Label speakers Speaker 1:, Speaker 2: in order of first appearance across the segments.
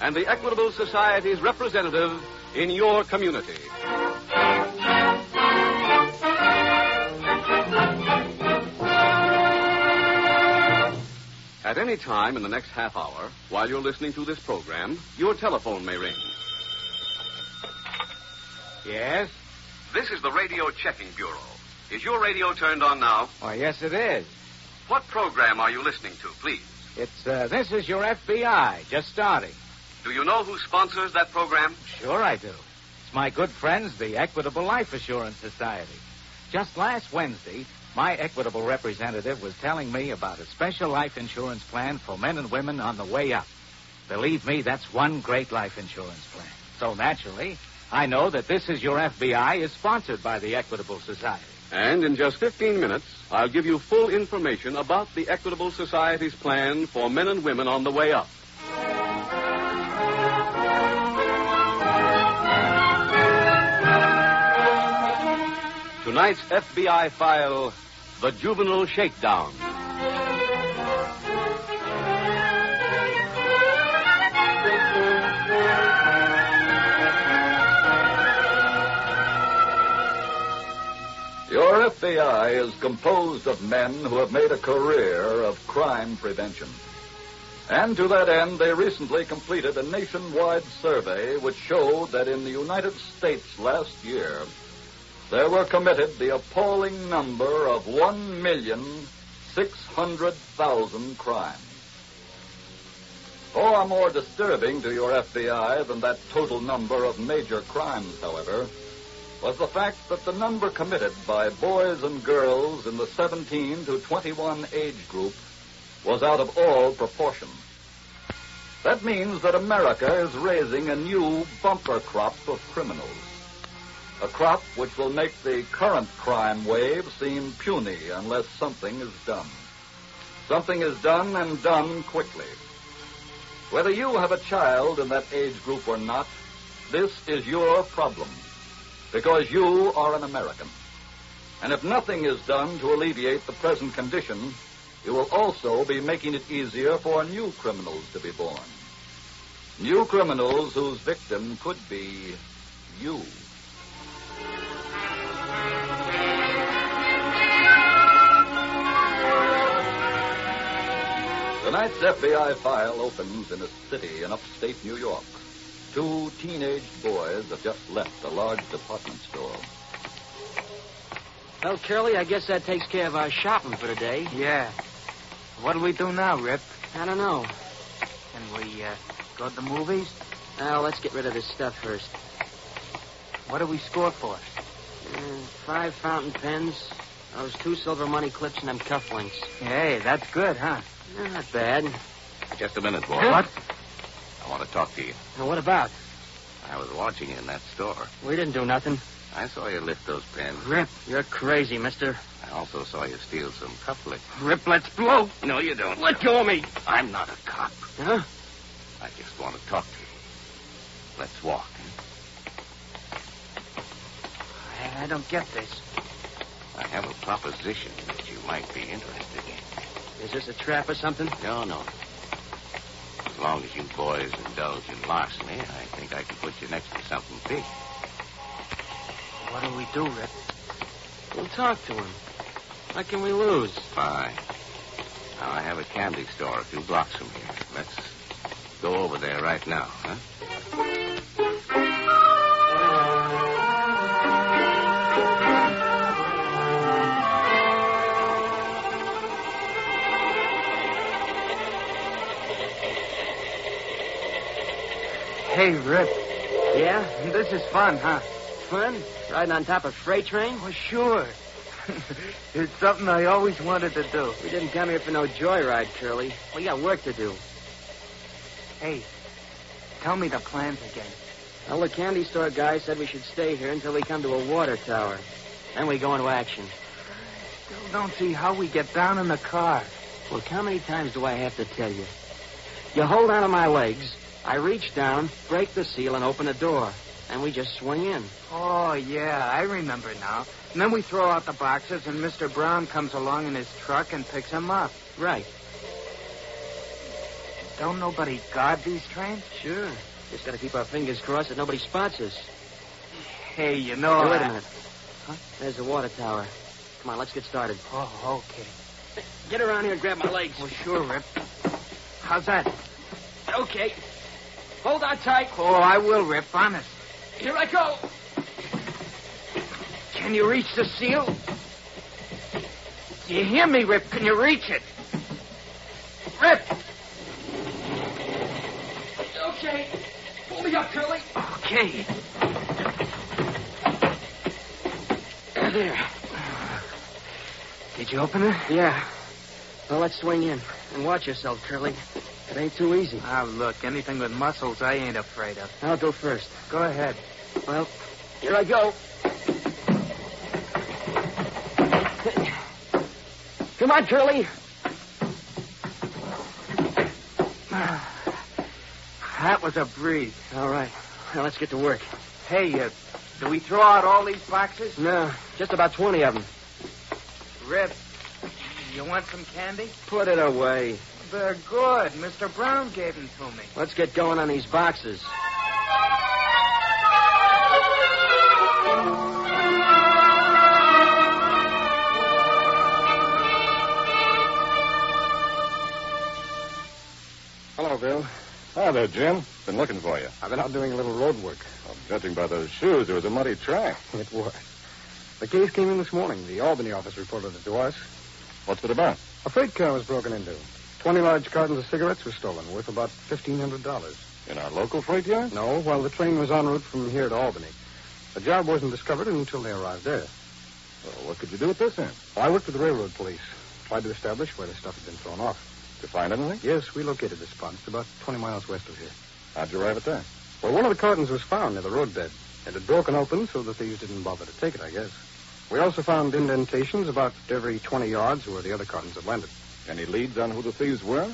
Speaker 1: and the Equitable Society's representative in your community. At any time in the next half hour, while you're listening to this program, your telephone may ring.
Speaker 2: Yes?
Speaker 1: This is the Radio Checking Bureau. Is your radio turned on now?
Speaker 2: Why, yes, it is.
Speaker 1: What program are you listening to, please?
Speaker 2: It's, uh, this is your FBI, just starting.
Speaker 1: Do you know who sponsors that program?
Speaker 2: Sure I do. It's my good friends, the Equitable Life Assurance Society. Just last Wednesday, my Equitable representative was telling me about a special life insurance plan for men and women on the way up. Believe me, that's one great life insurance plan. So naturally, I know that This Is Your FBI is sponsored by the Equitable Society.
Speaker 1: And in just 15 minutes, I'll give you full information about the Equitable Society's plan for men and women on the way up. Tonight's FBI file The Juvenile Shakedown.
Speaker 3: Your FBI is composed of men who have made a career of crime prevention. And to that end, they recently completed a nationwide survey which showed that in the United States last year, there were committed the appalling number of 1,600,000 crimes. Oh, Far more disturbing to your FBI than that total number of major crimes, however, was the fact that the number committed by boys and girls in the 17 to 21 age group was out of all proportion. That means that America is raising a new bumper crop of criminals. A crop which will make the current crime wave seem puny unless something is done. Something is done and done quickly. Whether you have a child in that age group or not, this is your problem because you are an American. And if nothing is done to alleviate the present condition, you will also be making it easier for new criminals to be born. New criminals whose victim could be you. Tonight's FBI file opens in a city in upstate New York. Two teenage boys have just left a large department store.
Speaker 4: Well, Curly, I guess that takes care of our shopping for today.
Speaker 2: Yeah. What'll we do now, Rip?
Speaker 4: I don't know.
Speaker 2: Can we, uh, go to the movies?
Speaker 4: Now, let's get rid of this stuff first.
Speaker 2: What do we score for?
Speaker 4: Uh, five fountain pens, those two silver money clips, and them cufflinks.
Speaker 2: Hey, that's good, huh?
Speaker 4: Not bad.
Speaker 5: Just a minute, boy.
Speaker 2: What?
Speaker 5: I want to talk to you.
Speaker 4: Now, what about?
Speaker 5: I was watching you in that store.
Speaker 4: We didn't do nothing.
Speaker 5: I saw you lift those pens.
Speaker 4: Rip, you're crazy, mister.
Speaker 5: I also saw you steal some cufflinks.
Speaker 4: Rip, let's blow.
Speaker 5: No, you don't.
Speaker 4: Let go of me.
Speaker 5: I'm not a cop.
Speaker 4: Huh?
Speaker 5: I just want to talk to you. Let's walk.
Speaker 2: I, I don't get this.
Speaker 5: I have a proposition that you might be interested in.
Speaker 4: Is this a trap or something?
Speaker 5: No, no. As long as you boys indulge in larceny, I think I can put you next to something big.
Speaker 2: What do we do, Rip?
Speaker 4: We'll talk to him. What can we lose?
Speaker 5: Fine. Now, I have a candy store a few blocks from here. Let's go over there right now, huh?
Speaker 6: Hey, Rip.
Speaker 4: Yeah?
Speaker 6: This is fun, huh?
Speaker 4: Fun? Riding on top of freight train?
Speaker 6: Well, sure. it's something I always wanted to do.
Speaker 4: We didn't come here for no joyride, Curly. We got work to do.
Speaker 6: Hey, tell me the plans again.
Speaker 4: Well, the candy store guy said we should stay here until we come to a water tower. Then we go into action.
Speaker 6: Still don't see how we get down in the car.
Speaker 4: Look, how many times do I have to tell you? You hold on to my legs. I reach down, break the seal, and open the door. And we just swing in.
Speaker 6: Oh, yeah, I remember now. And then we throw out the boxes, and Mr. Brown comes along in his truck and picks them up.
Speaker 4: Right.
Speaker 6: Don't nobody guard these trains?
Speaker 4: Sure. Just gotta keep our fingers crossed that nobody spots us.
Speaker 6: Hey, you know.
Speaker 4: Hey, wait
Speaker 6: I-
Speaker 4: a minute. Huh? There's the water tower. Come on, let's get started.
Speaker 6: Oh, okay.
Speaker 4: Get around here and grab my legs.
Speaker 6: Well, sure, Rip. How's that?
Speaker 4: Okay. Hold on tight.
Speaker 6: Oh, I will, Rip. Honest.
Speaker 4: Here I go.
Speaker 6: Can you reach the seal? Do you hear me, Rip? Can you reach it? Rip!
Speaker 4: Okay. Pull me up, Curly.
Speaker 6: Okay.
Speaker 4: There.
Speaker 6: Did you open it?
Speaker 4: Yeah. Well, let's swing in. And watch yourself, Curly. It ain't too easy.
Speaker 6: Ah, look, anything with muscles I ain't afraid of.
Speaker 4: I'll go first.
Speaker 6: Go ahead.
Speaker 4: Well, here I go. Come on, Curly.
Speaker 6: That was a breeze.
Speaker 4: All right. Now let's get to work.
Speaker 6: Hey, uh, do we throw out all these boxes?
Speaker 4: No, just about 20 of them.
Speaker 6: Rip, you want some candy?
Speaker 4: Put it away.
Speaker 6: They're good. Mr. Brown gave them to me.
Speaker 4: Let's get going on these boxes. Hello, Bill.
Speaker 3: Hi Ah, there, Jim. Been looking for you.
Speaker 4: I've been out doing a little road work.
Speaker 3: Well, judging by those shoes, it was a muddy track.
Speaker 4: It was. The case came in this morning. The Albany office reported it to us.
Speaker 3: What's it about?
Speaker 4: A freight car was broken into. Twenty large cartons of cigarettes were stolen, worth about fifteen hundred dollars.
Speaker 3: In our local freight yard?
Speaker 4: No, while the train was en route from here to Albany. The job wasn't discovered until they arrived there.
Speaker 3: Well, what could you do with this end?
Speaker 4: I worked with the railroad police. Tried to establish where the stuff had been thrown off.
Speaker 3: Did you find anything?
Speaker 4: Yes, we located this spot. It's about 20 miles west of here.
Speaker 3: How'd you arrive at that?
Speaker 4: Well, one of the cartons was found near the roadbed. It had broken open so the thieves didn't bother to take it, I guess. We also found indentations about every 20 yards where the other cartons had landed.
Speaker 3: Any leads on who the thieves were?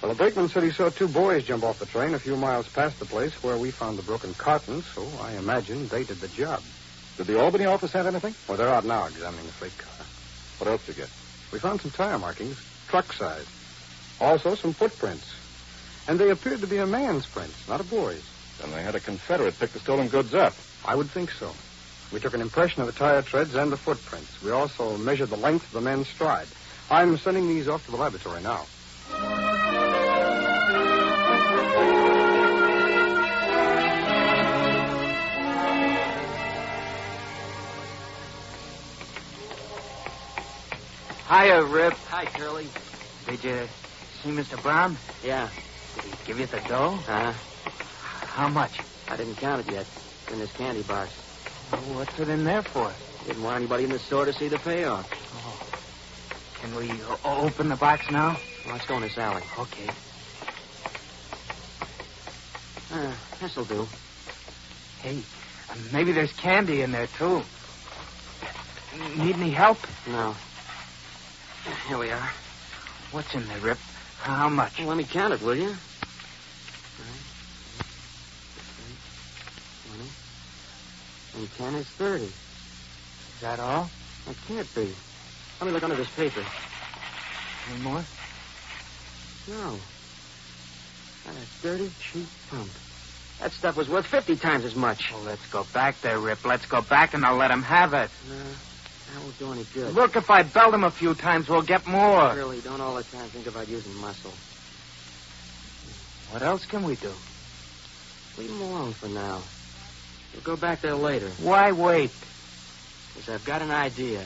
Speaker 4: Well, the brakeman said he saw two boys jump off the train a few miles past the place where we found the broken carton, so I imagine they did the job.
Speaker 3: Did the Albany office have anything?
Speaker 4: Well, they're out now examining the freight car.
Speaker 3: What else did you get?
Speaker 4: We found some tire markings, truck size. Also some footprints. And they appeared to be a man's prints, not a boy's.
Speaker 3: Then they had a Confederate pick the stolen goods up.
Speaker 4: I would think so. We took an impression of the tire treads and the footprints. We also measured the length of the man's stride. I'm sending these off to the laboratory now.
Speaker 6: Hiya, Rip.
Speaker 4: Hi, Curly.
Speaker 6: Did you see Mr. Brown?
Speaker 4: Yeah.
Speaker 6: Did he give you the dough?
Speaker 4: Huh?
Speaker 6: How much?
Speaker 4: I didn't count it yet. It's in this candy box.
Speaker 6: What's it in there for?
Speaker 4: Didn't want anybody in the store to see the payoff.
Speaker 6: Can we o- open the box now?
Speaker 4: Well, let's go in this alley.
Speaker 6: Okay.
Speaker 4: Uh, this'll do.
Speaker 6: Hey, uh, maybe there's candy in there, too. Need any help?
Speaker 4: No. Here we are.
Speaker 6: What's in there, Rip? How much?
Speaker 4: Well, let me count it, will you? Twenty. And ten is thirty.
Speaker 6: Is that all?
Speaker 4: That can't be. Let me look under this paper.
Speaker 6: Any more?
Speaker 4: No. Not a dirty, cheap pump. That stuff was worth 50 times as much.
Speaker 6: Well, let's go back there, Rip. Let's go back and I'll let him have it.
Speaker 4: No, that won't do any good.
Speaker 6: Look, if I belt him a few times, we'll get more.
Speaker 4: Really, don't all the time think about using muscle.
Speaker 6: What else can we do?
Speaker 4: Leave him alone for now. We'll go back there later,
Speaker 6: Why wait?
Speaker 4: because I've got an idea.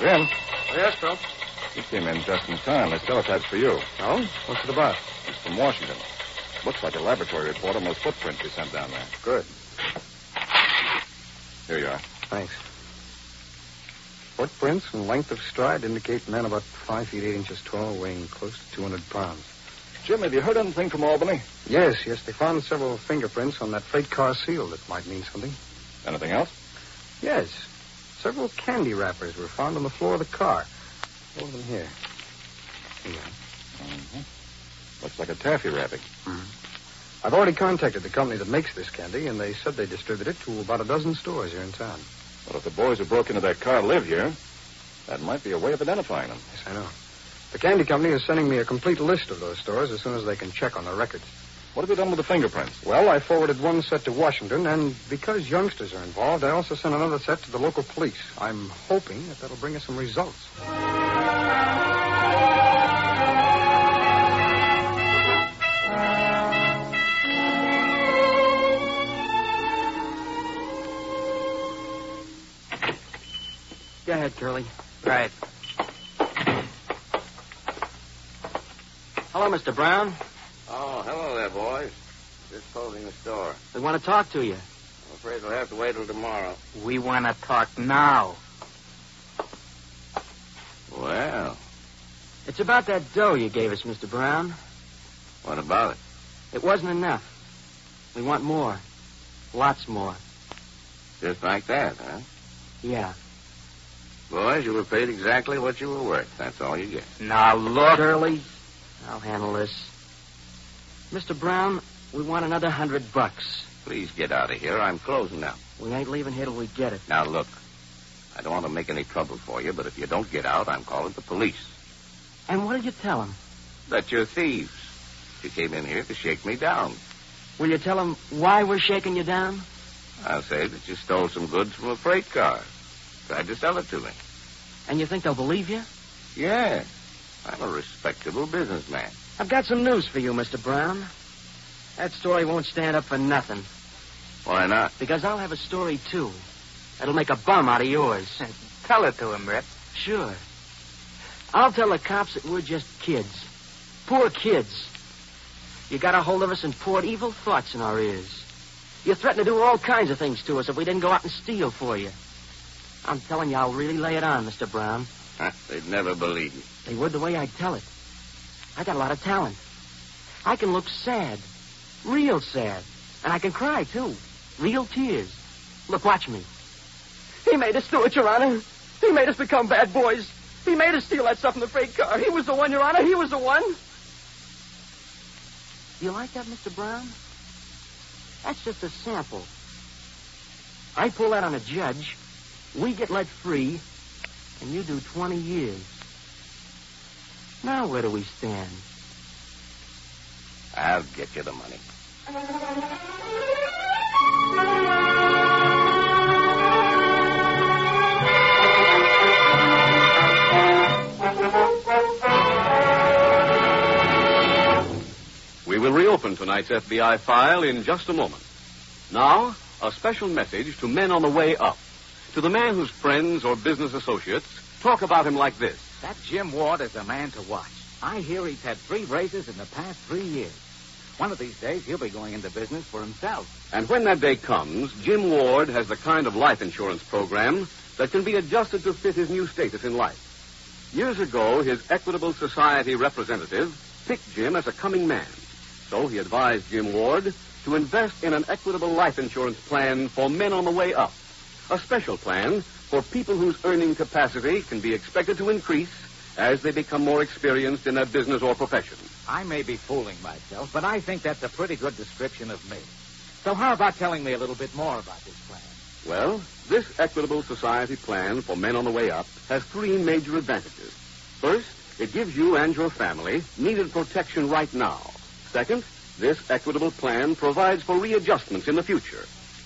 Speaker 7: Jim,
Speaker 4: Yes, Bill.
Speaker 7: you came in just in time. There's teletype's for you.
Speaker 4: Oh? What's it about?
Speaker 7: It's from Washington. Looks like a laboratory report on those footprints you sent down there.
Speaker 4: Good.
Speaker 7: Here you are.
Speaker 4: Thanks. Footprints and length of stride indicate men about five feet eight inches tall, weighing close to 200 pounds.
Speaker 7: Jim, have you heard anything from Albany?
Speaker 4: Yes, yes, they found several fingerprints on that freight car seal that might mean something.
Speaker 7: Anything else?
Speaker 4: Yes, several candy wrappers were found on the floor of the car. All of them here. Here you are.
Speaker 7: Looks like a taffy wrapping.
Speaker 4: I've already contacted the company that makes this candy, and they said they distribute it to about a dozen stores here in town.
Speaker 7: But if the boys who broke into that car live here, that might be a way of identifying them.
Speaker 4: Yes, I know. The candy company is sending me a complete list of those stores as soon as they can check on the records.
Speaker 7: What have you done with the fingerprints?
Speaker 4: Well, I forwarded one set to Washington, and because youngsters are involved, I also sent another set to the local police. I'm hoping that that'll bring us some results.
Speaker 6: Go ahead, Curly. Right. Hello, Mr. Brown.
Speaker 5: Oh, hello there, boys. Just closing the store.
Speaker 6: We want to talk to you.
Speaker 5: I'm afraid we'll have to wait till tomorrow.
Speaker 6: We want to talk now.
Speaker 5: Well,
Speaker 6: It's about that dough you gave us, Mr. Brown.
Speaker 5: what about it?
Speaker 6: It wasn't enough. We want more. Lots more.
Speaker 5: Just like that, huh?
Speaker 6: Yeah.
Speaker 5: Boys, you were paid exactly what you were worth. That's all you get.
Speaker 6: Now, look. Curly, I'll handle this. Mr. Brown, we want another hundred bucks.
Speaker 5: Please get out of here. I'm closing up.
Speaker 6: We ain't leaving here till we get it.
Speaker 5: Now, look. I don't want to make any trouble for you, but if you don't get out, I'm calling the police.
Speaker 6: And what did you tell him?
Speaker 5: That you're thieves. You came in here to shake me down.
Speaker 6: Will you tell him why we're shaking you down?
Speaker 5: I'll say that you stole some goods from a freight car. Tried to sell it to me.
Speaker 6: And you think they'll believe you?
Speaker 5: Yes. I'm a respectable businessman.
Speaker 6: I've got some news for you, Mr. Brown. That story won't stand up for nothing,
Speaker 5: Why not?
Speaker 6: because I'll have a story, too. That'll make a bum out of yours. tell it to him, Rip. Sure. I'll tell the cops that we're just kids. Poor kids. You got a hold of us and poured evil thoughts in our ears. You threatened to do all kinds of things to us if we didn't go out and steal for you. I'm telling you, I'll really lay it on, Mr. Brown.
Speaker 5: Huh? They'd never believe you.
Speaker 6: They would the way I'd tell it. I got a lot of talent. I can look sad, real sad, and I can cry too, real tears. Look, watch me. He made us do it, Your Honor. He made us become bad boys. He made us steal that stuff from the freight car. He was the one, Your Honor. He was the one. You like that, Mr. Brown? That's just a sample. I pull that on a judge. We get let free, and you do 20 years. Now where do we stand?
Speaker 5: I'll get you the money.
Speaker 1: We will reopen tonight's FBI file in just a moment. Now, a special message to men on the way up. To the man whose friends or business associates talk about him like this.
Speaker 2: That Jim Ward is a man to watch. I hear he's had three raises in the past three years. One of these days, he'll be going into business for himself.
Speaker 1: And when that day comes, Jim Ward has the kind of life insurance program that can be adjusted to fit his new status in life. Years ago, his Equitable Society representative picked Jim as a coming man. So he advised Jim Ward to invest in an equitable life insurance plan for men on the way up. A special plan for people whose earning capacity can be expected to increase as they become more experienced in their business or profession.
Speaker 2: I may be fooling myself, but I think that's a pretty good description of me. So how about telling me a little bit more about this plan?
Speaker 1: Well, this Equitable Society plan for men on the way up has three major advantages. First, it gives you and your family needed protection right now. Second, this equitable plan provides for readjustments in the future.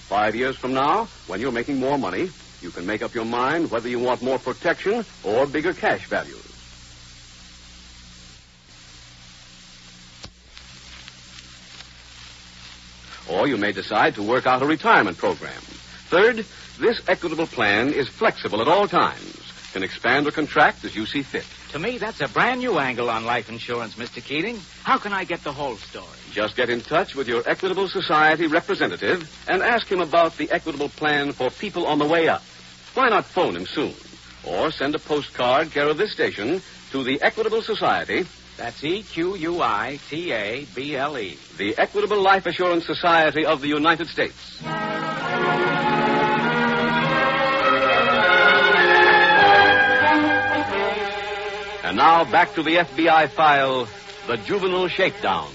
Speaker 1: Five years from now, when you're making more money, you can make up your mind whether you want more protection or bigger cash values. Or you may decide to work out a retirement program. Third, this equitable plan is flexible at all times,
Speaker 8: can expand or contract as you see fit.
Speaker 2: To me, that's a brand new angle on life insurance, Mr. Keating. How can I get the whole story?
Speaker 8: Just get in touch with your Equitable Society representative and ask him about the equitable plan for people on the way up. Why not phone him soon? Or send a postcard care of this station to the Equitable Society,
Speaker 2: That's E Q U I T A B L E.
Speaker 8: the Equitable Life Assurance Society of the United States. And now back to the FBI file, The Juvenile Shakedown.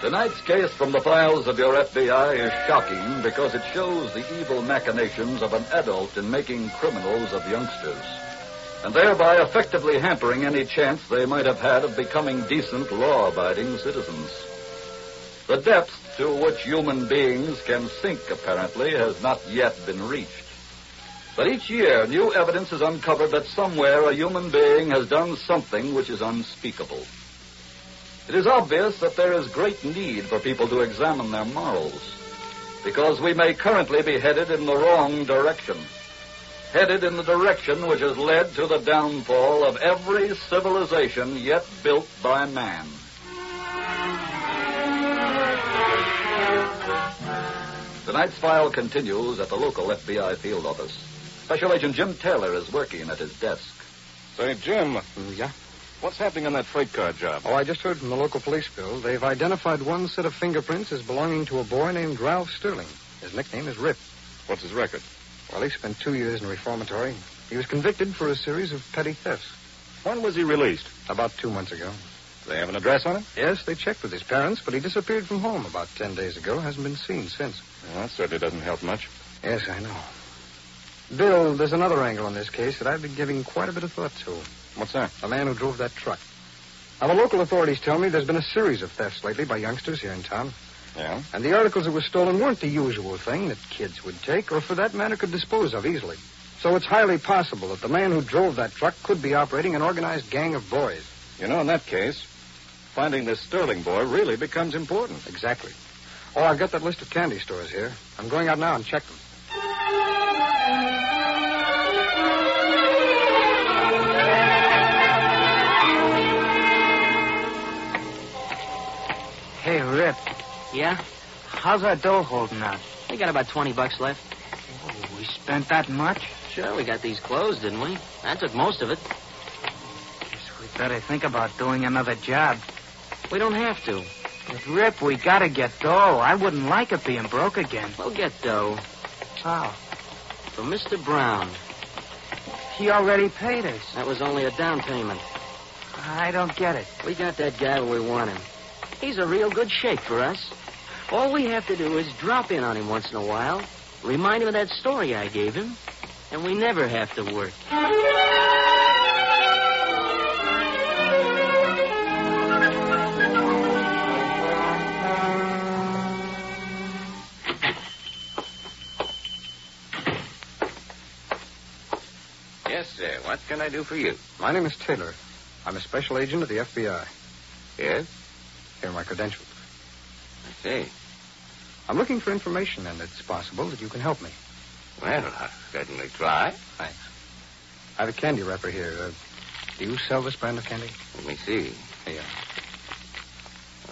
Speaker 1: Tonight's case from the files of your FBI is shocking because it shows the evil machinations of an adult in making criminals of youngsters, and thereby effectively hampering any chance they might have had of becoming decent, law abiding citizens. The depth to which human beings can sink, apparently, has not yet been reached. But each year, new evidence is uncovered that somewhere a human being has done something which is unspeakable. It is obvious that there is great need for people to examine their morals, because we may currently be headed in the wrong direction. Headed in the direction which has led to the downfall of every civilization yet built by man. Tonight's file continues at the local FBI field office. Special Agent Jim Taylor is working at his desk.
Speaker 9: Say, Jim,
Speaker 3: Mm, Yeah?
Speaker 9: what's happening on that freight car job?
Speaker 3: Oh, I just heard from the local police, Bill. They've identified one set of fingerprints as belonging to a boy named Ralph Sterling. His nickname is Rip.
Speaker 9: What's his record?
Speaker 3: Well, he spent two years in a reformatory. He was convicted for a series of petty thefts
Speaker 9: When was he released?
Speaker 3: about two months ago.
Speaker 9: Do they have an address on him?
Speaker 3: Yes, they checked with his parents, but he disappeared from home about ten days ago. Hasn't been seen since.
Speaker 9: Well, that certainly doesn't help much.
Speaker 3: Yes, I know. Bill, there's another angle on this case that I've been giving quite a bit of thought to.
Speaker 9: What's that?
Speaker 3: The man who drove that truck. Now, the local authorities tell me there's been a series of thefts lately by youngsters here in town.
Speaker 9: Yeah?
Speaker 3: And the articles that were stolen weren't the usual thing that kids would take, or for that matter, could dispose of easily. So it's highly possible that the man who drove that truck could be operating an organized gang of boys.
Speaker 9: You know, in that case, finding this Sterling boy really becomes important.
Speaker 3: Exactly. Oh, I've got that list of candy stores here. I'm going out now and check them.
Speaker 4: Hey, Rip. Yeah? How's our dough holding up? We got about 20 bucks left.
Speaker 6: Oh,
Speaker 4: we spent that much? Sure, we got these clothes, didn't we? That took most of it. Guess we better think about doing another job. We don't have to. With Rip, we gotta get dough. I wouldn't like it being broke again. We'll get dough. How? From Mr. Brown. He already paid us. That was only a down payment. I don't get it. We got that guy when we want him. He's a real good shake for us. All we have to do is drop in on him once in a while, remind him of that story I gave him, and we never have to work.
Speaker 10: Yes, sir. What can I do for you?
Speaker 3: My name is Taylor. I'm a special agent of the FBI.
Speaker 10: Yes?
Speaker 3: Here are my credentials.
Speaker 10: I see.
Speaker 3: I'm looking for information, and it's possible that you can help me.
Speaker 10: Well, I'll certainly try.
Speaker 3: Thanks. I have a candy wrapper here. Uh, do you sell this brand of candy?
Speaker 10: Let me see.
Speaker 3: Here.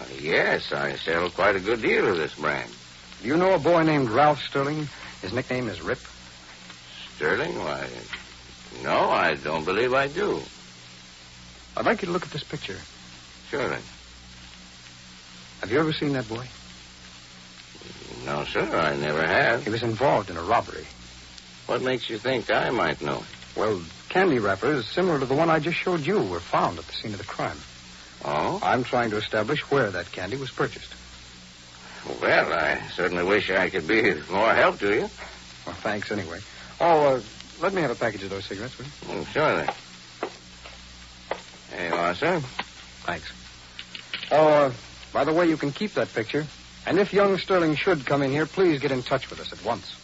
Speaker 10: Uh, yes, I sell quite a good deal of this brand.
Speaker 3: Do you know a boy named Ralph Sterling? His nickname is Rip.
Speaker 10: Sterling, why? No, I don't believe I do.
Speaker 3: I'd like you to look at this picture.
Speaker 10: Surely.
Speaker 3: Have you ever seen that boy?
Speaker 10: No, sir, I never have.
Speaker 3: He was involved in a robbery.
Speaker 10: What makes you think I might know?
Speaker 3: Well, candy wrappers similar to the one I just showed you were found at the scene of the crime.
Speaker 10: Oh?
Speaker 3: I'm trying to establish where that candy was purchased.
Speaker 10: Well, I certainly wish I could be of more help to you.
Speaker 3: Well, thanks anyway. Oh, uh, let me have a package of those cigarettes, will you?
Speaker 1: Oh,
Speaker 10: Well, surely. There you are, sir.
Speaker 3: Thanks. Oh, uh, by the way, you can keep that picture. And if young Sterling should come in here, please get in touch with us at once.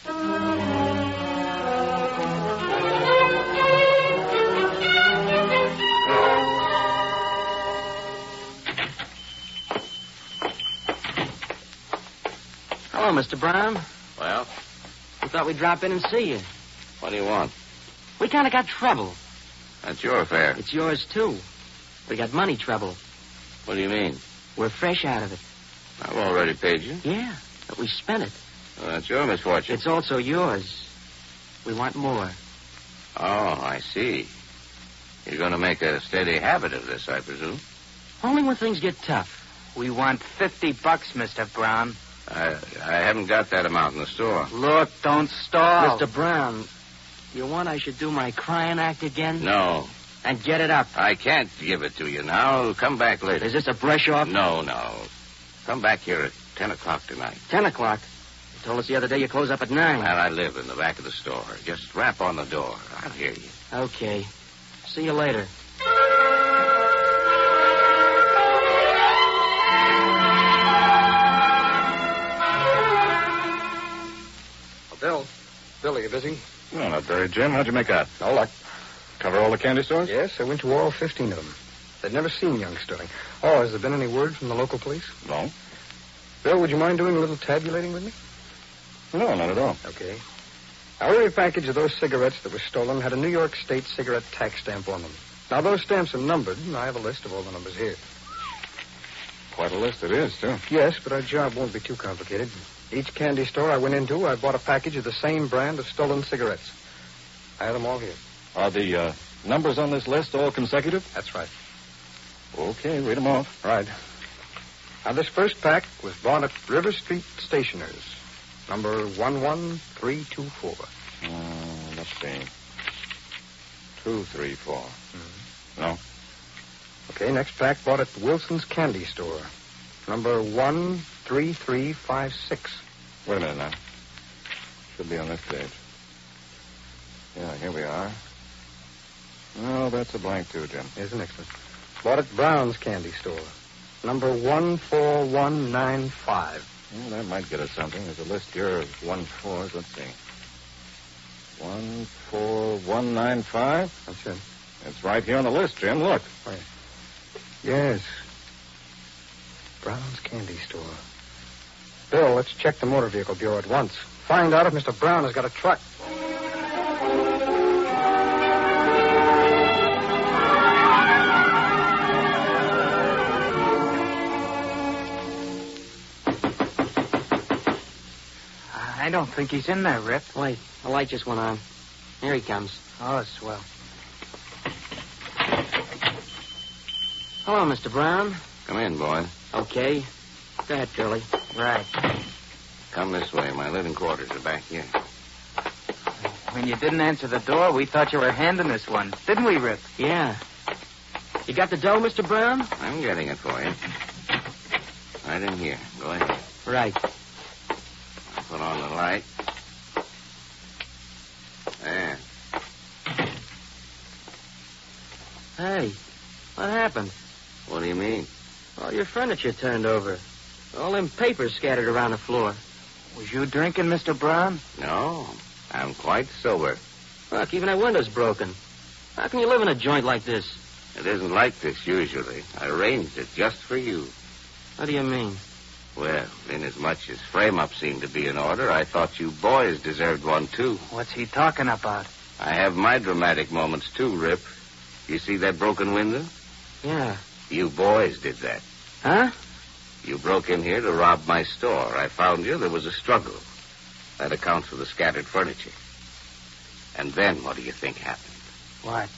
Speaker 4: Hello, Mr. Brown.
Speaker 1: Well,
Speaker 4: We thought we'd drop in and see you.
Speaker 1: what do you want?
Speaker 4: We kind of got trouble.
Speaker 1: That's your affair.
Speaker 4: It's yours, too. We got money trouble.
Speaker 1: What do you mean?
Speaker 4: We're fresh out of it.
Speaker 1: I've already paid you.
Speaker 4: Yeah, but we spent it.
Speaker 1: Well, that's your misfortune.
Speaker 4: It's also yours. We want more.
Speaker 1: Oh, I see. You're going to make a steady habit of this, I presume.
Speaker 4: Only when things get tough. We want 50 bucks, Mr. Brown.
Speaker 1: I, I haven't got that amount in the store.
Speaker 4: Look, don't stall. Mr. Oh. Brown, you want I should do my crying act again?
Speaker 1: No,
Speaker 4: And get it up.
Speaker 1: I can't give it to you now. Come back later.
Speaker 4: Is this a brush off?
Speaker 1: No, no. Come back here at 10 o'clock tonight.
Speaker 4: 10 o'clock. You told us the other day you close up at 9.
Speaker 1: And I live in the back of the store. Just rap on the door. I'll hear you.
Speaker 4: Okay. See you later.
Speaker 3: Bill. Bill, are you busy?
Speaker 6: Well, not very, Jim. How'd you make out?
Speaker 3: No luck.
Speaker 6: Cover all the candy stores?
Speaker 3: Yes, I went to all 15 of them. They'd never seen young Sterling. Oh, has there been any word from the local police?
Speaker 6: No.
Speaker 3: Bill, would you mind doing a little tabulating with me?
Speaker 6: No, not at all.
Speaker 3: Okay. Every package of those cigarettes that were stolen had a New York State cigarette tax stamp on them. Now, those stamps are numbered, and I have a list of all the numbers here.
Speaker 6: Quite a list it is, too.
Speaker 3: Yes, but our job won't be too complicated. Each candy store I went into, I bought a package of the same brand of stolen cigarettes. I had them all here.
Speaker 6: Are the uh, numbers on this list all consecutive?
Speaker 3: That's right.
Speaker 6: Okay, read them off.
Speaker 3: Right. Now, this first pack was bought at River Street Stationers, number 11324.
Speaker 6: Mm, let's see. Two, three, four.
Speaker 3: Okay, next pack bought at Wilson's Candy Store, number 13356.
Speaker 6: Wait a minute now. Should be on this page. Yeah, here we are. No, that's a blank too, Jim.
Speaker 3: Here's the next one. Bought at Brown's Candy Store, number 14195.
Speaker 6: Well, that might get us something. There's a list here of one fours. Let's see. One four one nine five.
Speaker 3: That's it.
Speaker 6: It's right here on the list, Jim. Look.
Speaker 3: Yes. Brown's Candy Store. Bill, let's check the Motor Vehicle Bureau at once. Find out if Mr. Brown has got a truck.
Speaker 4: I don't think he's in there, Rip. Wait, the light just went on. Here he comes. Oh, swell. Hello, Mr. Brown.
Speaker 1: Come in, boy.
Speaker 4: Okay. Go ahead, Curly. Right.
Speaker 1: Come this way. My living quarters are back here.
Speaker 4: When you didn't answer the door, we thought you were handing us one. Didn't we, Rip? Yeah. You got the dough, Mr. Brown?
Speaker 1: I'm getting it for you. Right in here. Go ahead.
Speaker 4: Right.
Speaker 1: Put on the light. There.
Speaker 4: Hey, what happened?
Speaker 1: What do you mean?
Speaker 4: All your furniture turned over. All them papers scattered around the floor. Was you drinking, Mr. Brown?
Speaker 1: No, I'm quite sober.
Speaker 4: Look, even that window's broken. How can you live in a joint like this?
Speaker 1: It isn't like this usually. I arranged it just for you.
Speaker 4: What do you mean?
Speaker 1: Well, inasmuch as frame up seemed to be in order, I thought you boys deserved one, too.
Speaker 4: What's he talking about?
Speaker 1: I have my dramatic moments, too, Rip. You see that broken window?
Speaker 4: Yeah.
Speaker 1: You boys did that.
Speaker 4: Huh?
Speaker 1: You broke in here to rob my store. I found you. There was a struggle. That accounts for the scattered furniture. And then what do you think happened?
Speaker 4: What?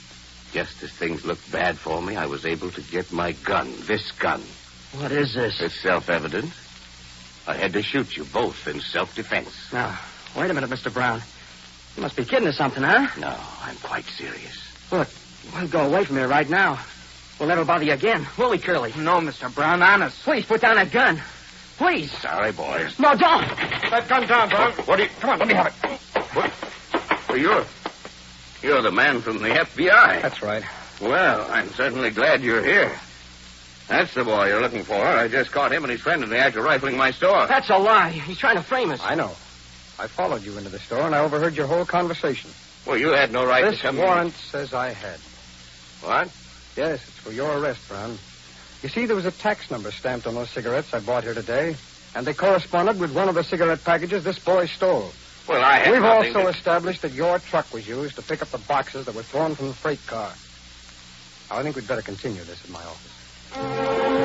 Speaker 1: Just as things looked bad for me, I was able to get my gun, this gun.
Speaker 4: What is this?
Speaker 1: It's self-evident. I had to shoot you both in self-defense.
Speaker 4: Now, wait a minute, Mr. Brown. You must be kidding or something, huh?
Speaker 1: No, I'm quite serious.
Speaker 4: Look, we'll go away from here right now. We'll never bother you again, will we, Curly? No, Mr. Brown, honest. Please, put down that gun. Please.
Speaker 1: Sorry, boys.
Speaker 4: No, don't.
Speaker 6: That gun down, Brown. What, do you? Come on, let me have it.
Speaker 1: Well, you're you're the man from the FBI.
Speaker 3: That's right.
Speaker 1: Well, I'm certainly glad you're here. That's the boy you're looking for. I just caught him and his friend in the act of rifling my store.
Speaker 4: That's a lie. He's trying to frame us.
Speaker 3: I know. I followed you into the store, and I overheard your whole conversation.
Speaker 1: Well, you had no right
Speaker 3: this
Speaker 1: to come.
Speaker 3: warrant says I had.
Speaker 1: What?
Speaker 3: Yes, it's for your arrest, Brown. You see, there was a tax number stamped on those cigarettes I bought here today.
Speaker 4: and they corresponded with one of the cigarette packages this boy stole.
Speaker 5: Well, I have
Speaker 4: We've
Speaker 5: nothing
Speaker 4: also
Speaker 5: to-
Speaker 4: established that your truck was used to pick up the boxes that were thrown from the freight car. Now, I think we'd better continue this in my office.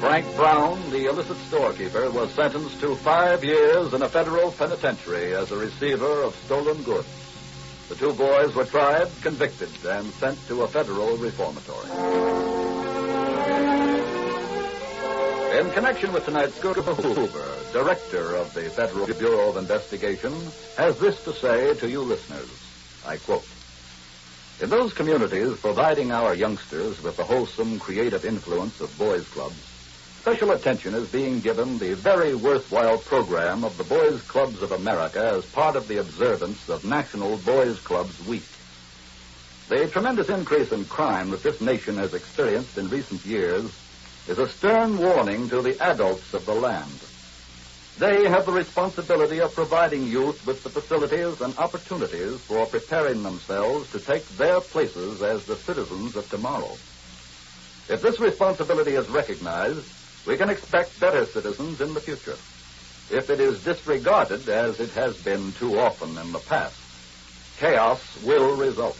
Speaker 3: Frank Brown, the illicit storekeeper, was sentenced to five years in a federal penitentiary as a receiver of stolen goods. The two boys were tried, convicted, and sent to a federal reformatory. In connection with tonight's Scooter Hoover, director of the Federal Bureau of Investigation, has this to say to you listeners. I quote. In those communities providing our youngsters with the wholesome, creative influence of boys' clubs, special attention is being given the very worthwhile program of the Boys' Clubs of America as part of the observance of National Boys' Clubs Week. The tremendous increase in crime that this nation has experienced in recent years is a stern warning to the adults of the land. They have the responsibility of providing youth with the facilities and opportunities for preparing themselves to take their places as the citizens of tomorrow. If this responsibility is recognized, we can expect better citizens in the future. If it is disregarded, as it has been too often in the past, chaos will result.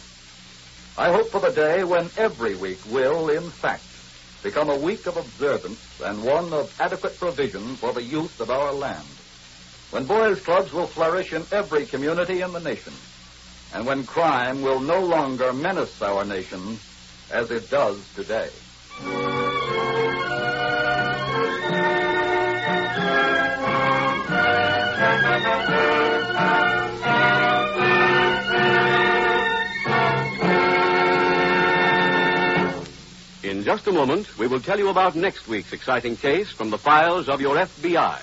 Speaker 3: I hope for the day when every week will, in fact, become a week of observance and one of adequate provision for the youth of our land. When boys' clubs will flourish in every community in the nation, and when crime will no longer menace our nation as it does today.
Speaker 1: In just a moment, we will tell you about next week's exciting case from the files of your FBI.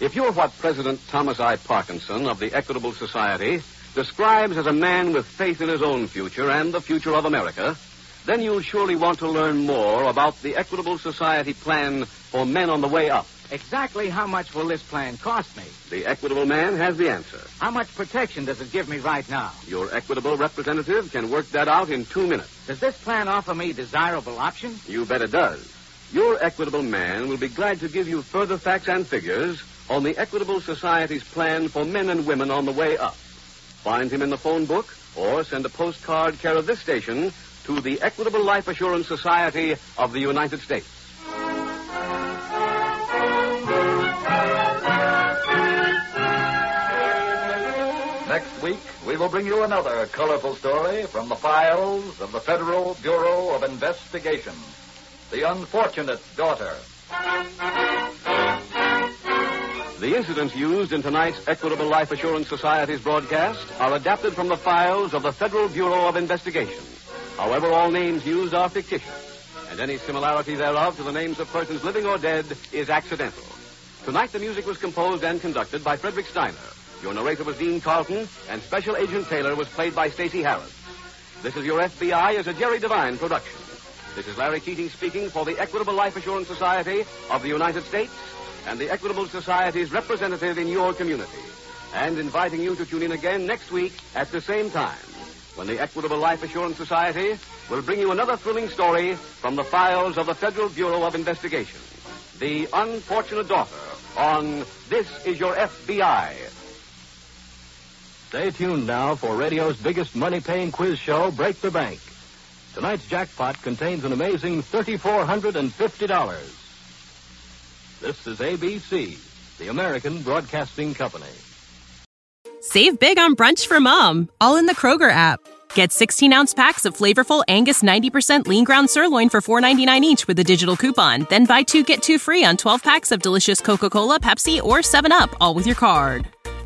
Speaker 1: If you're what President Thomas I. Parkinson of the Equitable Society describes as a man with faith in his own future and the future of America, then you'll surely want to learn more about the Equitable Society plan for men on the way up.
Speaker 2: Exactly how much will this plan cost me?
Speaker 1: The Equitable Man has the answer.
Speaker 2: How much protection does it give me right now?
Speaker 1: Your Equitable representative can work that out in two minutes.
Speaker 2: Does this plan offer me desirable options?
Speaker 1: You bet it does. Your equitable man will be glad to give you further facts and figures on the Equitable Society's plan for men and women on the way up. Find him in the phone book or send a postcard care of this station to the Equitable Life Assurance Society of the United States.
Speaker 3: Next week, we will bring you another colorful story from the files of the Federal Bureau of Investigation The Unfortunate Daughter.
Speaker 1: The incidents used in tonight's Equitable Life Assurance Society's broadcast are adapted from the files of the Federal Bureau of Investigation. However, all names used are fictitious, and any similarity thereof to the names of persons living or dead is accidental. Tonight, the music was composed and conducted by Frederick Steiner. Your narrator was Dean Carlton, and Special Agent Taylor was played by Stacey Harris. This is Your FBI is a Jerry Devine production. This is Larry Keating speaking for the Equitable Life Assurance Society of the United States and the Equitable Society's representative in your community. And inviting you to tune in again next week at the same time when the Equitable Life Assurance Society will bring you another thrilling story from the files of the Federal Bureau of Investigation. The Unfortunate Daughter on This Is Your FBI.
Speaker 2: Stay tuned now for radio's biggest money paying quiz show, Break the Bank. Tonight's jackpot contains an amazing $3,450. This is ABC, the American Broadcasting Company.
Speaker 11: Save big on brunch for mom, all in the Kroger app. Get 16 ounce packs of flavorful Angus 90% lean ground sirloin for $4.99 each with a digital coupon. Then buy two get two free on 12 packs of delicious Coca Cola, Pepsi, or 7UP, all with your card.